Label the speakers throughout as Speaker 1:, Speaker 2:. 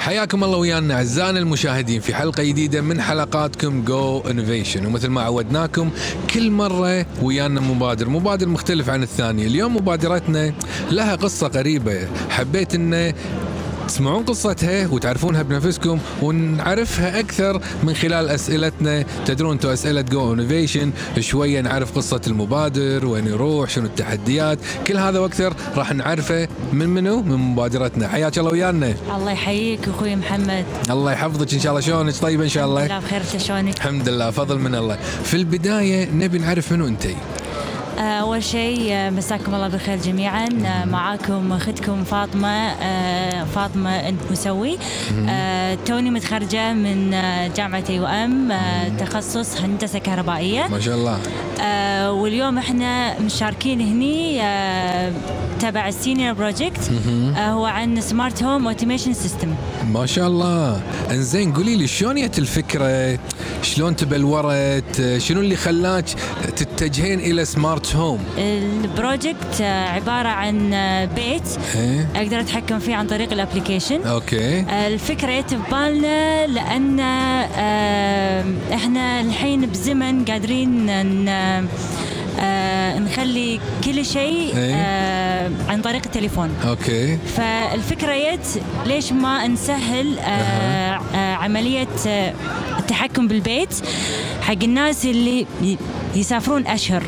Speaker 1: حياكم الله ويانا اعزائنا المشاهدين في حلقه جديده من حلقاتكم جو انوفيشن ومثل ما عودناكم كل مره ويانا مبادر مبادر مختلف عن الثاني اليوم مبادرتنا لها قصه قريبه حبيت انه تسمعون قصتها وتعرفونها بنفسكم ونعرفها اكثر من خلال اسئلتنا تدرون انتم اسئله جو انوفيشن شويه نعرف قصه المبادر وين يروح شنو التحديات كل هذا واكثر راح نعرفه من منو من مبادرتنا حياك الله ويانا
Speaker 2: الله يحييك اخوي محمد
Speaker 1: الله يحفظك ان شاء الله شلونك طيبه ان شاء الله
Speaker 2: لا بخير انت شلونك
Speaker 1: الحمد لله فضل من الله في البدايه نبي نعرف منو انت
Speaker 2: آه، اول شيء آه، مساكم الله بالخير جميعا آه، معاكم اختكم فاطمه آه، فاطمه انت مسوي آه، توني متخرجه من آه، جامعه يو ام آه، تخصص هندسه كهربائيه
Speaker 1: ما شاء الله
Speaker 2: آه، واليوم احنا مشاركين هني آه، تبع السينيور بروجكت آه، هو عن سمارت هوم اوتوميشن سيستم
Speaker 1: ما شاء الله انزين قولي لي شلون جت الفكره شلون تبلورت شنو اللي خلاك تتجهين الى سمارت هوم
Speaker 2: البروجكت آه، عباره عن آه، بيت
Speaker 1: إيه؟
Speaker 2: اقدر اتحكم فيه عن طريق الابلكيشن
Speaker 1: اوكي
Speaker 2: الفكرة جت ببالنا لأن آم، احنا الحين بزمن قادرين ان آه، نخلي كل شيء
Speaker 1: إيه.
Speaker 2: آه، عن طريق التليفون
Speaker 1: اوكي
Speaker 2: فالفكرة جت ليش ما نسهل آه،
Speaker 1: أها.
Speaker 2: آه، عملية آه، التحكم بالبيت حق الناس اللي ي- يسافرون أشهر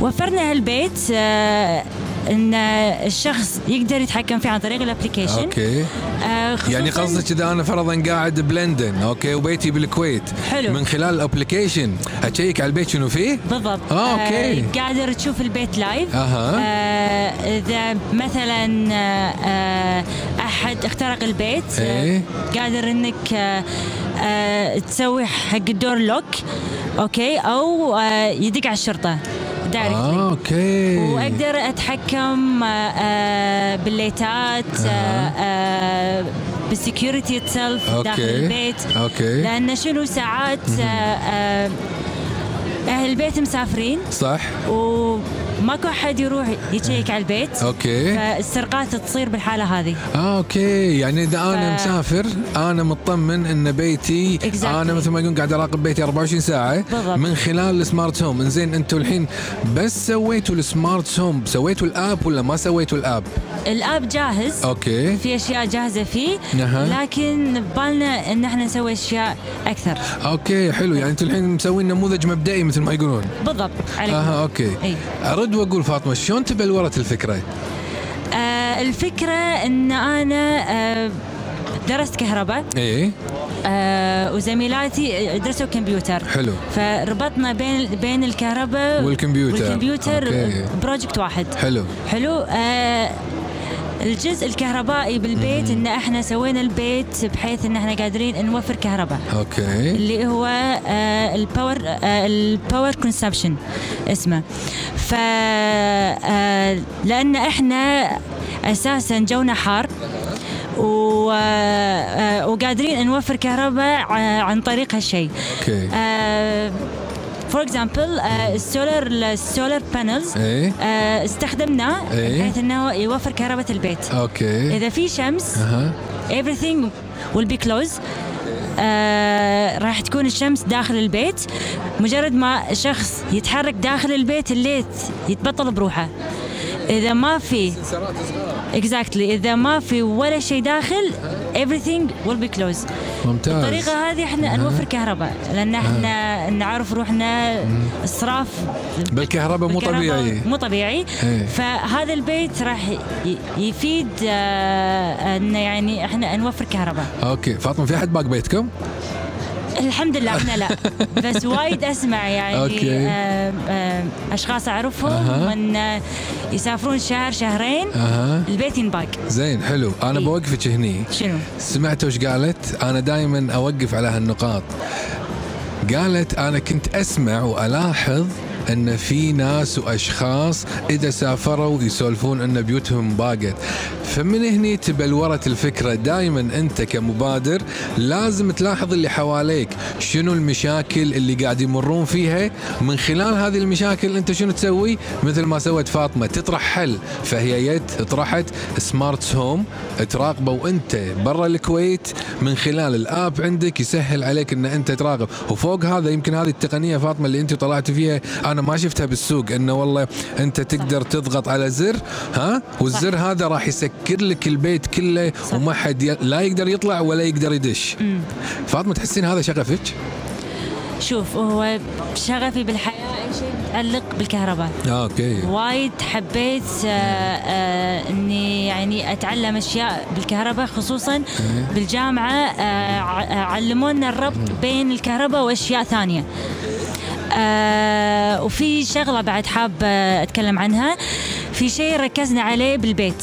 Speaker 2: فوفرنا هالبيت آه، ان الشخص يقدر يتحكم فيه عن طريق الابلكيشن
Speaker 1: اوكي
Speaker 2: آه، خصوصاً-
Speaker 1: يعني قصدك اذا انا فرضا قاعد بلندن اوكي وبيتي بالكويت
Speaker 2: حلو.
Speaker 1: من خلال الابلكيشن اشيك على البيت شنو فيه
Speaker 2: بالضبط
Speaker 1: آه، أوكي.
Speaker 2: آه، قادر تشوف البيت لايف
Speaker 1: أها.
Speaker 2: آه، اذا مثلا آه، آه، احد اخترق البيت
Speaker 1: إيه.
Speaker 2: آه، قادر انك آه، آه، تسوي حق الدور لوك اوكي او آه، يدق على الشرطه دايركتلي
Speaker 1: آه، اوكي
Speaker 2: واقدر اتحكم آه، آه، بالليتات آه، آه، بالسكيورتي اتسلف داخل البيت
Speaker 1: اوكي
Speaker 2: لان شنو ساعات آه، آه، اهل البيت مسافرين
Speaker 1: صح
Speaker 2: وماكو احد يروح يشيك على البيت
Speaker 1: اوكي
Speaker 2: فالسرقات تصير بالحاله هذه
Speaker 1: آه، اوكي يعني اذا انا
Speaker 2: ف-
Speaker 1: مسافر انا مطمن ان بيتي
Speaker 2: Exactly.
Speaker 1: انا مثل ما يقولون قاعد اراقب بيتي 24 ساعه
Speaker 2: بالضبط.
Speaker 1: من خلال السمارت هوم انزين انتم الحين بس سويتوا السمارت هوم سويتوا الاب ولا ما سويتوا الاب
Speaker 2: الاب جاهز
Speaker 1: اوكي
Speaker 2: في اشياء جاهزه فيه
Speaker 1: أها.
Speaker 2: لكن ببالنا ان احنا نسوي اشياء اكثر
Speaker 1: اوكي حلو يعني انتم الحين مسوين نموذج مبدئي مثل ما يقولون
Speaker 2: بالضبط عليك
Speaker 1: اها اوكي
Speaker 2: إي.
Speaker 1: ارد واقول فاطمه شلون تبلورت الفكره؟
Speaker 2: آه الفكره ان انا آه درست كهرباء
Speaker 1: ايه
Speaker 2: آه وزميلاتي آه، درسوا كمبيوتر
Speaker 1: حلو
Speaker 2: فربطنا بين بين الكهرباء
Speaker 1: والكمبيوتر.
Speaker 2: والكمبيوتر
Speaker 1: أوكي.
Speaker 2: بروجكت واحد
Speaker 1: حلو
Speaker 2: حلو آه الجزء الكهربائي بالبيت ان احنا سوينا البيت بحيث ان احنا قادرين نوفر كهرباء
Speaker 1: اوكي
Speaker 2: اللي هو آه الباور آه الباور كونسبشن اسمه ف آه لان احنا اساسا جونا حار و... آه، آه، وقادرين نوفر كهرباء ع- عن طريق هالشيء آه،
Speaker 1: اوكي
Speaker 2: فور اكزامبل السولار السولار بانلز
Speaker 1: إيه.
Speaker 2: آه، استخدمناه
Speaker 1: إيه.
Speaker 2: بحيث انه يوفر كهرباء البيت
Speaker 1: اوكي
Speaker 2: اذا في شمس
Speaker 1: آه. اها
Speaker 2: everything will be closed آه، راح تكون الشمس داخل البيت مجرد ما شخص يتحرك داخل البيت الليت يتبطل بروحه اذا ما في exactly اذا ما في ولا شيء داخل everything will be closed
Speaker 1: ممتاز
Speaker 2: بالطريقه هذه احنا نوفر كهرباء لان احنا نعرف روحنا اسراف
Speaker 1: بالكهرباء مو
Speaker 2: بالكهرباء
Speaker 1: طبيعي
Speaker 2: مو طبيعي
Speaker 1: إيه.
Speaker 2: فهذا البيت راح ي- يفيد آه، انه يعني احنا نوفر كهرباء
Speaker 1: اوكي فاطمه في احد باق بيتكم؟
Speaker 2: الحمد لله احنا لا بس وايد اسمع يعني
Speaker 1: أوكي.
Speaker 2: آم، آم، اشخاص اعرفهم
Speaker 1: أها.
Speaker 2: من آه، يسافرون شهر شهرين
Speaker 1: اها
Speaker 2: البيت ينباق
Speaker 1: زين حلو انا
Speaker 2: إي.
Speaker 1: بوقفك هني
Speaker 2: شنو؟
Speaker 1: سمعت وش قالت انا دائما اوقف على هالنقاط قالت انا كنت اسمع والاحظ ان في ناس واشخاص اذا سافروا يسولفون ان بيوتهم باقت فمن هني تبلورت الفكره دائما انت كمبادر لازم تلاحظ اللي حواليك شنو المشاكل اللي قاعد يمرون فيها من خلال هذه المشاكل انت شنو تسوي مثل ما سوت فاطمه تطرح حل فهي جت طرحت سمارت هوم تراقبه وانت برا الكويت من خلال الاب عندك يسهل عليك ان انت تراقب وفوق هذا يمكن هذه التقنيه فاطمه اللي انت طلعت فيها انا ما شفتها بالسوق انه والله انت تقدر تضغط على زر ها والزر هذا راح يسكر لك البيت كله
Speaker 2: صح.
Speaker 1: وما حد ي- لا يقدر يطلع ولا يقدر يدش فاطمه تحسين هذا شغفك؟
Speaker 2: شوف هو شغفي بالحياه اي شيء متعلق بالكهرباء
Speaker 1: آه، اوكي
Speaker 2: وايد حبيت آه، آه، اني يعني اتعلم اشياء بالكهرباء خصوصا بالجامعه آه، ع- علمونا الربط بين الكهرباء واشياء ثانيه. آه، وفي شغله بعد حابه اتكلم عنها في شيء ركزنا عليه بالبيت.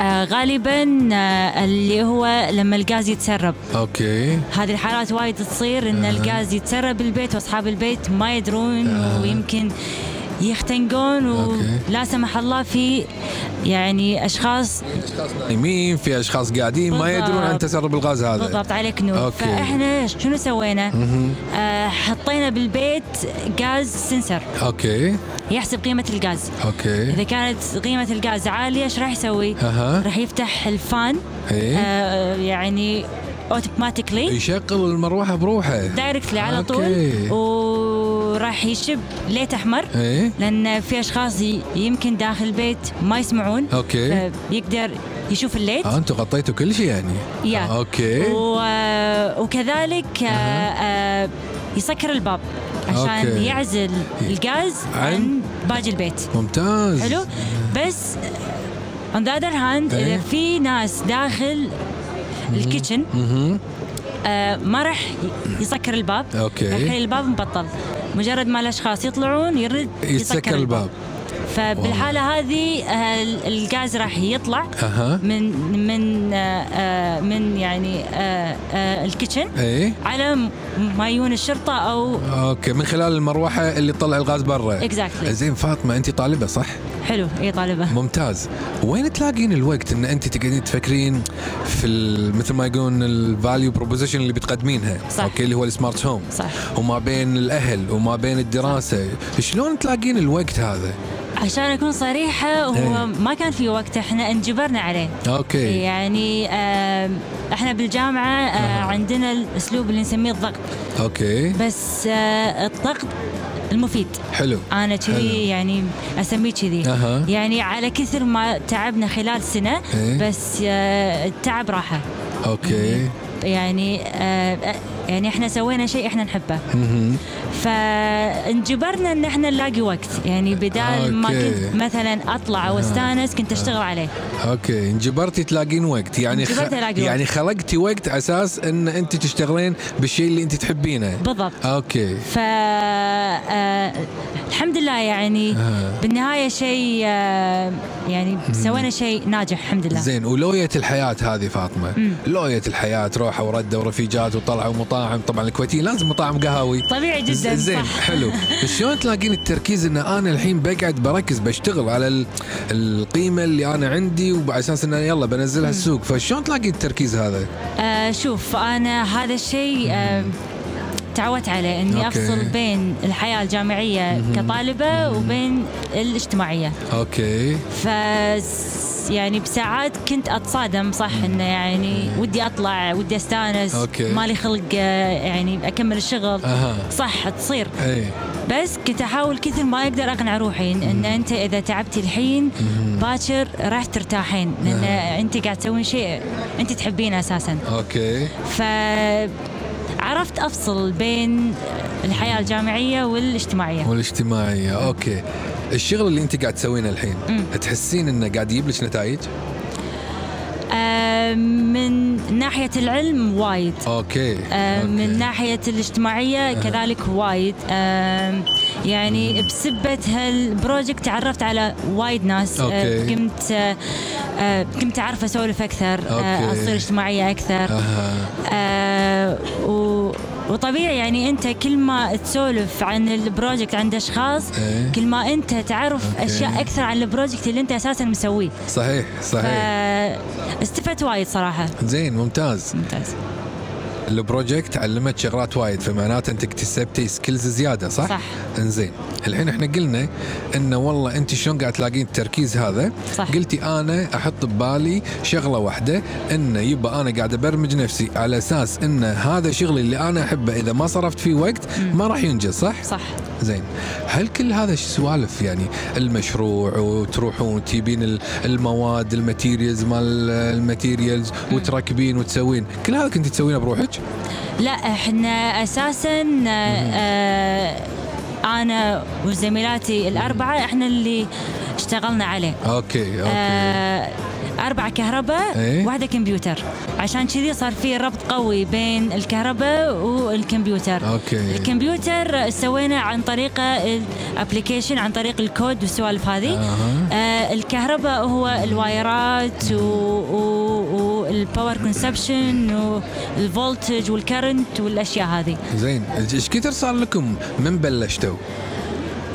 Speaker 2: آه، غالبا آه، اللي هو لما الغاز يتسرب
Speaker 1: اوكي
Speaker 2: هذه الحالات وايد تصير ان الغاز يتسرب بالبيت واصحاب البيت ما يدرون ويمكن يختنقون
Speaker 1: أوكي.
Speaker 2: ولا سمح الله في يعني اشخاص
Speaker 1: يمين في اشخاص قاعدين ما
Speaker 2: بالضبط.
Speaker 1: يدرون عن تسرب الغاز هذا
Speaker 2: بالضبط عليك نور
Speaker 1: أوكي.
Speaker 2: فاحنا شنو سوينا؟ آه حطينا بالبيت غاز سنسر
Speaker 1: اوكي
Speaker 2: يحسب قيمه الغاز
Speaker 1: اوكي
Speaker 2: اذا كانت قيمه الغاز عاليه ايش راح يسوي؟
Speaker 1: أها.
Speaker 2: راح يفتح الفان
Speaker 1: ايه
Speaker 2: آه يعني اوتوماتيكلي
Speaker 1: يشغل المروحه بروحه
Speaker 2: دايركتلي إيه؟ على طول
Speaker 1: أوكي.
Speaker 2: وراح يشب ليت احمر
Speaker 1: ايه
Speaker 2: لان في اشخاص ي- يمكن داخل البيت ما يسمعون أه،
Speaker 1: اوكي
Speaker 2: يقدر يشوف الليت
Speaker 1: آه انتم غطيتوا كل شيء يعني
Speaker 2: يا
Speaker 1: آه، اوكي
Speaker 2: و... وكذلك آه، آه، يسكر الباب عشان
Speaker 1: أوكي. إيه.
Speaker 2: يعزل الغاز
Speaker 1: عن
Speaker 2: عن باقي البيت
Speaker 1: ممتاز
Speaker 2: حلو بس اون ذا اذر هاند
Speaker 1: إيه.
Speaker 2: اذا في ناس داخل الكيتشن
Speaker 1: مهم.
Speaker 2: آه، ما راح يسكر الباب
Speaker 1: أوكي.
Speaker 2: راح يخلي الباب مبطل مجرد ما الاشخاص يطلعون يرد
Speaker 1: يتسكر الباب
Speaker 2: فبالحاله هذه آه، ال- الغاز راح يطلع
Speaker 1: اها
Speaker 2: من من آه، آه، من يعني آه، آه، الكيتشن
Speaker 1: ايه
Speaker 2: على م- ما يجون الشرطه او
Speaker 1: اوكي من خلال المروحه اللي تطلع الغاز برا
Speaker 2: Exactly.
Speaker 1: زين فاطمه انت طالبه صح؟
Speaker 2: حلو إيه اي طالبه
Speaker 1: ممتاز وين تلاقين الوقت ان انت تقعدين تفكرين في ال- مثل ما يقولون الفاليو بروبوزيشن اللي بتقدمينها
Speaker 2: صح.
Speaker 1: اوكي اللي هو السمارت هوم
Speaker 2: صح.
Speaker 1: وما بين الاهل وما بين الدراسه شلون تلاقين الوقت هذا
Speaker 2: عشان اكون صريحه
Speaker 1: إيه.
Speaker 2: هو ما كان في وقت احنا انجبرنا عليه
Speaker 1: اوكي
Speaker 2: يعني آه، احنا بالجامعه آه، عندنا الاسلوب اللي نسميه الضغط
Speaker 1: اوكي
Speaker 2: بس آه، الضغط المفيد
Speaker 1: حلو
Speaker 2: انا
Speaker 1: حلو.
Speaker 2: كذي يعني اسميه كذي
Speaker 1: أها.
Speaker 2: يعني على كثر ما تعبنا خلال سنه
Speaker 1: إيه.
Speaker 2: بس آه، التعب راحه
Speaker 1: اوكي
Speaker 2: يعني آه، يعني احنا سوينا شيء احنا نحبه
Speaker 1: مهم.
Speaker 2: فانجبرنا ان احنا نلاقي وقت يعني بدال ما
Speaker 1: أوكي.
Speaker 2: كنت مثلا اطلع واستانس كنت اشتغل عليه
Speaker 1: اوكي انجبرتي تلاقين وقت يعني
Speaker 2: انجبرت ألاقي وقت.
Speaker 1: يعني خلقتي وقت اساس ان انت تشتغلين بالشيء اللي انت تحبينه
Speaker 2: بالضبط
Speaker 1: اوكي
Speaker 2: ف آه، الحمد لله يعني
Speaker 1: آه.
Speaker 2: بالنهايه شيء آه، يعني سوينا شيء ناجح الحمد لله
Speaker 1: زين ولوية الحياة هذه فاطمة لوية الحياة روحة وردة ورفيجات وطلعة ومطاعم طبعا الكويتيين لازم مطاعم قهاوي
Speaker 2: طبيعي جدا
Speaker 1: زين
Speaker 2: طيب صح
Speaker 1: حلو شلون تلاقين التركيز ان انا الحين بقعد بركز بشتغل على ال- القيمة اللي انا عندي وعلى اساس ان يلا بنزلها السوق فشلون تلاقين التركيز هذا
Speaker 2: آه، شوف انا هذا الشيء آه، تعودت عليه اني
Speaker 1: أوكي.
Speaker 2: افصل بين الحياه الجامعيه كطالبه وبين الاجتماعيه
Speaker 1: اوكي
Speaker 2: ف يعني بساعات كنت اتصادم صح انه يعني ودي اطلع ودي استانس
Speaker 1: أوكي.
Speaker 2: مالي خلق آه، يعني اكمل الشغل
Speaker 1: أها.
Speaker 2: صح تصير
Speaker 1: اي
Speaker 2: بس كنت احاول كثر ما اقدر اقنع روحي إن- ان انت اذا تعبتي الحين باكر راح ترتاحين لان
Speaker 1: نعم.
Speaker 2: انت قاعد تسوين شيء انت تحبينه اساسا
Speaker 1: اوكي
Speaker 2: فعرفت افصل بين الحياه الجامعيه والاجتماعيه
Speaker 1: والاجتماعية اوكي الشغل اللي انت قاعد تسوينه الحين تحسين انه قاعد يجيب لك نتائج
Speaker 2: آه، من ناحيه العلم وايد
Speaker 1: اوكي
Speaker 2: آه،
Speaker 1: أوكي.
Speaker 2: من ناحية الاجتماعية كذلك وايد آم، يعني بسبة هالبروجكت تعرفت على وايد ناس آه،
Speaker 1: أوكي.
Speaker 2: قمت آه، آه، قمت أعرف أسولف أكثر آه،
Speaker 1: أوكي.
Speaker 2: أصير اجتماعية أكثر
Speaker 1: اها
Speaker 2: آه، و- وطبيعي يعني انت كل ما تسولف عن البروجكت عند اشخاص
Speaker 1: إيه.
Speaker 2: كل ما انت تعرف
Speaker 1: أوكي.
Speaker 2: اشياء اكثر عن البروجكت اللي انت اساسا مسويه
Speaker 1: صحيح صحيح
Speaker 2: فاستفدت وايد صراحه
Speaker 1: زين ممتاز
Speaker 2: ممتاز
Speaker 1: البروجكت علمت شغلات وايد فمعناته انت اكتسبتي سكيلز زياده صح؟
Speaker 2: صح.
Speaker 1: انزين الحين احنا قلنا انه والله انت شلون قاعد تلاقين التركيز هذا
Speaker 2: صح.
Speaker 1: قلتي انا احط ببالي شغله واحده انه يبقى انا قاعد ابرمج نفسي على اساس ان هذا شغلي اللي انا احبه اذا ما صرفت فيه وقت ما راح ينجز صح؟
Speaker 2: صح
Speaker 1: زين هل كل هذا السوالف يعني المشروع وتروحون تجيبين ال- المواد الماتيريالز مال الماتيريالز وتركبين وتسوين كل هذا كنت تسوينه بروحك؟
Speaker 2: لا احنا اساسا آه، آه، انا وزميلاتي الاربعه احنا اللي اشتغلنا عليه
Speaker 1: اوكي اوكي
Speaker 2: آه، أربعة كهرباء
Speaker 1: إيه.
Speaker 2: واحدة كمبيوتر عشان كذي صار في ربط قوي بين الكهرباء والكمبيوتر
Speaker 1: اوكي
Speaker 2: الكمبيوتر سوينا عن طريق الابلكيشن عن طريق الكود والسوالف هذه
Speaker 1: أها.
Speaker 2: آه الكهرباء هو الوايرات و- و- والباور كونسبشن والفولتج والكرنت والاشياء هذه
Speaker 1: زين ايش كثر صار لكم من بلشتوا؟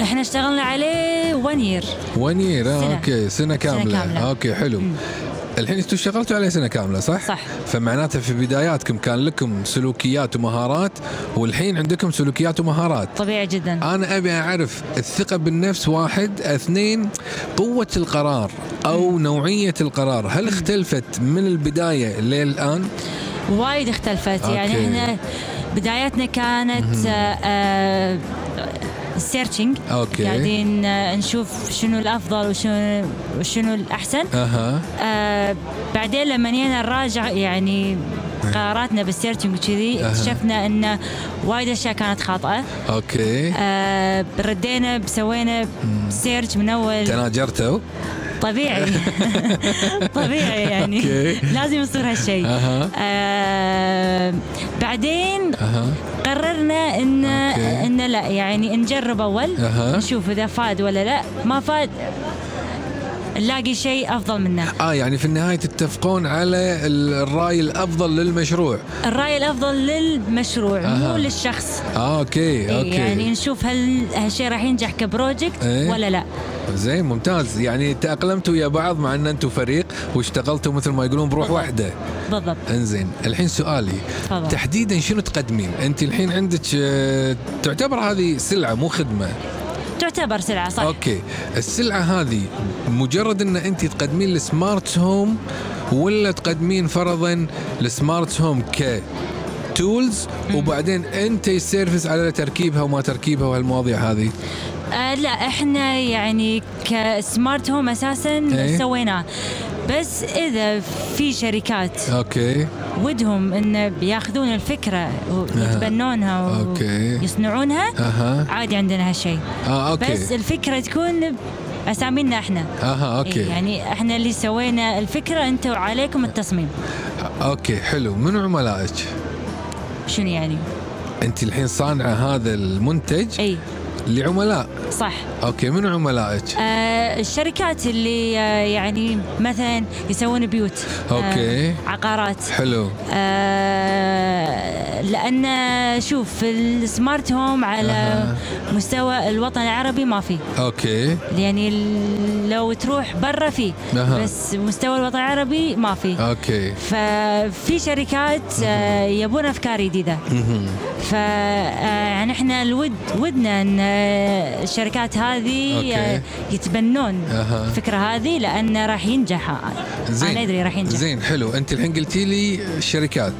Speaker 2: احنا اشتغلنا عليه 1 يير
Speaker 1: وين
Speaker 2: سنة.
Speaker 1: اوكي سنه كامله,
Speaker 2: كاملة.
Speaker 1: اوكي حلو الحين انتم اشتغلتوا عليه سنه كامله صح؟
Speaker 2: صح.
Speaker 1: فمعناته في بداياتكم كان لكم سلوكيات ومهارات والحين عندكم سلوكيات ومهارات
Speaker 2: طبيعي جدا
Speaker 1: انا ابي اعرف الثقه بالنفس واحد اثنين قوه القرار او نوعيه القرار هل اختلفت من البدايه للان
Speaker 2: وايد اختلفت
Speaker 1: أوكي.
Speaker 2: يعني احنا بدايتنا كانت آه سيرشنج
Speaker 1: أوكي.
Speaker 2: قاعدين آه، نشوف شنو الافضل وشنو وشنو الاحسن
Speaker 1: اها
Speaker 2: آه بعدين لما جينا نراجع يعني
Speaker 1: أه.
Speaker 2: قراراتنا بالسيرشنج وكذي
Speaker 1: أها.
Speaker 2: اكتشفنا ان وايد اشياء كانت خاطئه
Speaker 1: اوكي
Speaker 2: آه ردينا سوينا سيرش من اول
Speaker 1: تناجرتوا
Speaker 2: طبيعي طبيعي يعني
Speaker 1: أوكي.
Speaker 2: لازم يصير هالشيء
Speaker 1: أها.
Speaker 2: آه بعدين
Speaker 1: اها
Speaker 2: قررنا ان
Speaker 1: أوكي.
Speaker 2: ان لا يعني نجرب اول
Speaker 1: أها.
Speaker 2: نشوف اذا فاد ولا لا ما فاد نلاقي شيء افضل منه
Speaker 1: اه يعني في النهايه تتفقون على ال- الراي الافضل للمشروع
Speaker 2: الراي الافضل للمشروع
Speaker 1: أها.
Speaker 2: مو للشخص
Speaker 1: آه اوكي
Speaker 2: إيه،
Speaker 1: اوكي
Speaker 2: يعني نشوف هل هالشيء راح ينجح كبروجكت
Speaker 1: إيه.
Speaker 2: ولا لا
Speaker 1: زين ممتاز يعني تاقلمتوا ويا بعض مع ان انتم فريق واشتغلتوا مثل ما يقولون بروح واحده
Speaker 2: بالضبط
Speaker 1: انزين الحين سؤالي
Speaker 2: تفضل.
Speaker 1: تحديدا شنو تقدمين انت الحين عندك آه، تعتبر هذه سلعه مو خدمه
Speaker 2: تعتبر سلعه صح
Speaker 1: اوكي السلعه هذه مجرد ان انت تقدمين السمارت هوم ولا تقدمين فرضا السمارت هوم ك تولز وبعدين انت السيرفس على تركيبها وما تركيبها وهالمواضيع هذه
Speaker 2: آه لا احنا يعني كسمارت هوم اساسا
Speaker 1: إيه.
Speaker 2: سويناه بس اذا في شركات
Speaker 1: اوكي
Speaker 2: ودهم ان بياخذون الفكره ويتبنونها
Speaker 1: أوكي.
Speaker 2: ويصنعونها
Speaker 1: اها
Speaker 2: عادي عندنا هالشيء
Speaker 1: اه اوكي
Speaker 2: بس الفكره تكون اسامينا احنا
Speaker 1: اها اوكي
Speaker 2: إيه، يعني احنا اللي سوينا الفكره انتوا عليكم التصميم
Speaker 1: اوكي حلو منو عملائك
Speaker 2: شنو يعني
Speaker 1: انت الحين صانعه هذا المنتج
Speaker 2: اي
Speaker 1: لعملاء
Speaker 2: صح
Speaker 1: اوكي منو عملائك
Speaker 2: آه الشركات اللي آه يعني مثلا يسوون بيوت
Speaker 1: أوكي.
Speaker 2: آه عقارات
Speaker 1: حلو
Speaker 2: آه، لان شوف السمارت هوم على
Speaker 1: أها.
Speaker 2: مستوى الوطن العربي ما في
Speaker 1: اوكي
Speaker 2: يعني ال- لو تروح برا في
Speaker 1: أها. أه.
Speaker 2: بس مستوى الوطن العربي ما في
Speaker 1: اوكي
Speaker 2: ففي شركات آه، يبون افكار جديده
Speaker 1: مهم.
Speaker 2: ف آه، يعني احنا الود ودنا ان آه، الشركات هذه
Speaker 1: أوكي.
Speaker 2: آه، يتبنون
Speaker 1: أها.
Speaker 2: الفكره هذه لانه راح ينجح
Speaker 1: زين
Speaker 2: انا ادري راح ينجح
Speaker 1: زين حلو انت الحين قلتي لي الشركات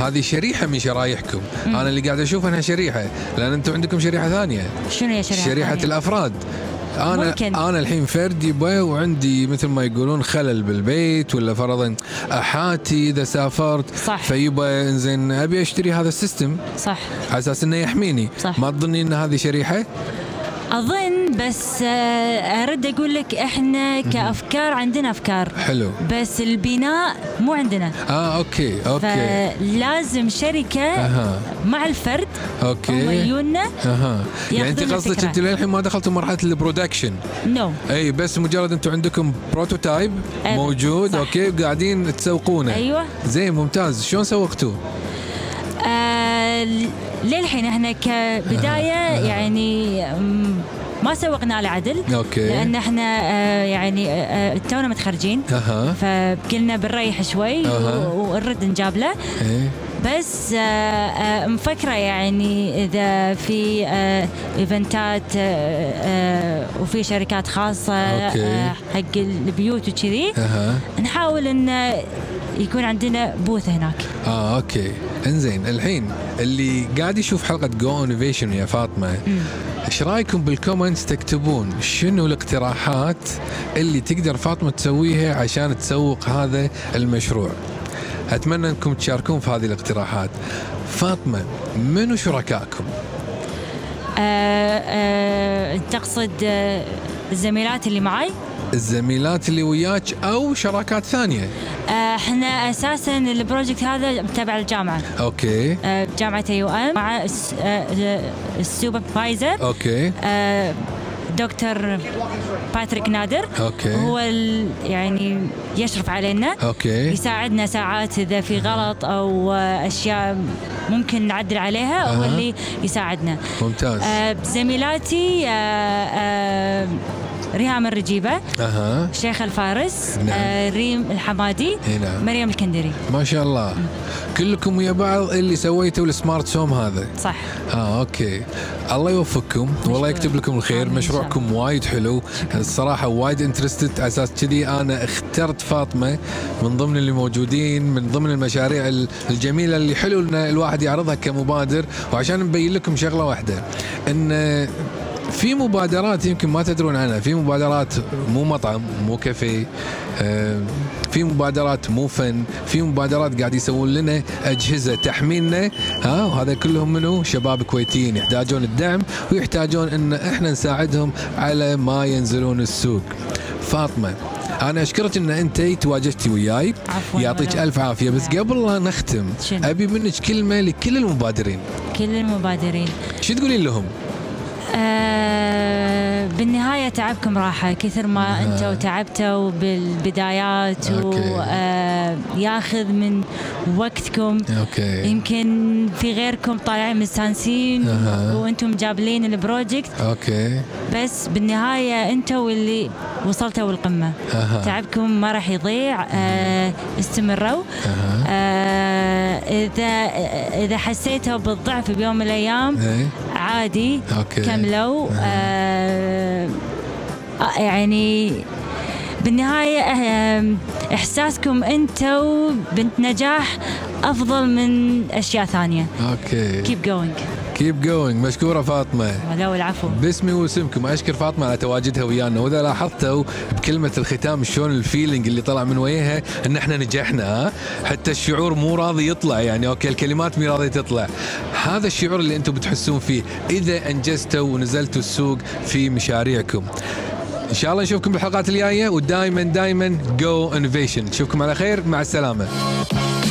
Speaker 1: هذه شريحه من شرايحكم انا اللي قاعد اشوف انها شريحه لان انتم عندكم شريحه ثانيه
Speaker 2: شنو يا شركه
Speaker 1: شريحه
Speaker 2: ثانية؟
Speaker 1: الافراد انا
Speaker 2: ممكن.
Speaker 1: انا الحين فرد يبا وعندي مثل ما يقولون خلل بالبيت ولا فرضا احاتي اذا سافرت
Speaker 2: صح.
Speaker 1: فيبا انزين ابي اشتري هذا السيستم
Speaker 2: صح
Speaker 1: على اساس انه يحميني
Speaker 2: صح.
Speaker 1: ما تظني ان هذه شريحه
Speaker 2: اظن بس آه، ارد اقول لك احنا كافكار عندنا افكار
Speaker 1: حلو
Speaker 2: بس البناء مو عندنا
Speaker 1: اه اوكي اوكي
Speaker 2: فلازم شركه
Speaker 1: أها.
Speaker 2: مع الفرد هم
Speaker 1: اوكي
Speaker 2: يجونا
Speaker 1: اها يعني انت
Speaker 2: ياخذون
Speaker 1: قصدك
Speaker 2: الفكرة.
Speaker 1: انت للحين ما دخلتوا مرحله البرودكشن
Speaker 2: نو
Speaker 1: اي بس مجرد انتم عندكم بروتوتايب
Speaker 2: أيوة،
Speaker 1: موجود
Speaker 2: صح.
Speaker 1: اوكي قاعدين تسوقونه
Speaker 2: أيوة.
Speaker 1: زين ممتاز شلون سوقتوه؟
Speaker 2: آه، للحين احنا كبدايه يعني مم، ما سوقنا له عدل
Speaker 1: اوكي
Speaker 2: لان احنا آه، يعني آه، آه، تونا متخرجين
Speaker 1: اها
Speaker 2: فقلنا بنريح شوي
Speaker 1: أها.
Speaker 2: و- ونرد نجاب له
Speaker 1: إيه.
Speaker 2: بس آه، آه، مفكره يعني اذا في آه، ايفنتات آه، آه، وفي شركات خاصه
Speaker 1: أوكي.
Speaker 2: آه، حق البيوت وكذي
Speaker 1: اها
Speaker 2: نحاول ان يكون عندنا بوث هناك
Speaker 1: اه اوكي انزين الحين اللي قاعد يشوف حلقه جو انوفيشن يا فاطمه ايش رايكم بالكومنتس تكتبون شنو الاقتراحات اللي تقدر فاطمه تسويها عشان تسوق هذا المشروع اتمنى انكم تشاركون في هذه الاقتراحات فاطمه منو شركائكم
Speaker 2: آه، آه، تقصد آه، الزميلات اللي معي
Speaker 1: الزميلات اللي وياك او شراكات ثانيه
Speaker 2: آه، احنا اساسا البروجكت هذا تبع الجامعه
Speaker 1: اوكي
Speaker 2: آه، بجامعه اي ام مع الس- آه، آه، السوبرفايزر
Speaker 1: اوكي
Speaker 2: آه، دكتور باتريك نادر
Speaker 1: أوكي.
Speaker 2: هو ال- يعني يشرف علينا
Speaker 1: اوكي
Speaker 2: يساعدنا ساعات اذا في غلط او آه، اشياء ممكن نعدل عليها هو
Speaker 1: أها.
Speaker 2: اللي يساعدنا
Speaker 1: ممتاز
Speaker 2: آه، زميلاتي آه، آه، ريهام الرجيبه
Speaker 1: اها
Speaker 2: شيخ الفارس
Speaker 1: نعم.
Speaker 2: آه، ريم الحمادي
Speaker 1: إي نعم.
Speaker 2: مريم الكندري
Speaker 1: ما شاء الله كلكم ويا بعض اللي سويتوا السمارت هوم هذا
Speaker 2: صح
Speaker 1: اه اوكي الله يوفقكم والله يكتب لكم الخير
Speaker 2: آمين، إن شاء الله.
Speaker 1: مشروعكم وايد حلو الصراحه وايد انترستد على اساس كذي انا اخترت فاطمه من ضمن اللي موجودين من ضمن المشاريع ال- الجميله اللي حلو ان الواحد يعرضها كمبادر وعشان نبين لكم شغله واحده ان في مبادرات يمكن ما تدرون عنها في مبادرات مو مطعم مو كافيه آه، في مبادرات مو فن في مبادرات قاعد يسوون لنا اجهزه تحميلنا ها وهذا كلهم منو شباب كويتيين يحتاجون الدعم ويحتاجون ان احنا نساعدهم على ما ينزلون السوق فاطمه انا اشكرك ان انت تواجهتي وياي
Speaker 2: عفواً،
Speaker 1: يعطيك
Speaker 2: ولا-
Speaker 1: الف عافيه بس
Speaker 2: لا.
Speaker 1: قبل لا نختم
Speaker 2: شنو؟
Speaker 1: ابي منك كلمه لكل المبادرين
Speaker 2: كل المبادرين
Speaker 1: شو تقولين لهم
Speaker 2: آه، بالنهاية تعبكم راحة كثر ما أنتوا تعبتوا بالبدايات
Speaker 1: نعم. أوكي.
Speaker 2: وياخذ من وقتكم
Speaker 1: اوكي
Speaker 2: يمكن في غيركم طالعين مستانسين
Speaker 1: أها.
Speaker 2: وانتم جابلين البروجكت
Speaker 1: اوكي
Speaker 2: بس بالنهاية انتوا اللي وصلتوا القمة
Speaker 1: أها.
Speaker 2: تعبكم ما راح يضيع آه، استمروا
Speaker 1: أها.
Speaker 2: آه، إذا إذا حسيتوا بالضعف بيوم من الأيام
Speaker 1: إيه.
Speaker 2: عادي
Speaker 1: أوكي.
Speaker 2: كملوا آه، آه، يعني بالنهاية آه، إحساسكم أنتوا بنت نجاح أفضل من أشياء ثانية
Speaker 1: اوكي
Speaker 2: keep going
Speaker 1: كيب جوينج مشكوره فاطمه
Speaker 2: ولو العفو
Speaker 1: باسمي واسمكم اشكر فاطمه على تواجدها ويانا واذا لاحظتوا بكلمه الختام شلون الفيلينج اللي طلع من وجهها ان احنا نجحنا ها؟ حتى الشعور مو راضي يطلع يعني اوكي الكلمات مي راضيه تطلع هذا الشعور اللي انتم بتحسون فيه اذا انجزتوا ونزلتوا السوق في مشاريعكم ان شاء الله نشوفكم بالحلقات الجايه ودائما دائما جو انوفيشن نشوفكم على خير مع السلامه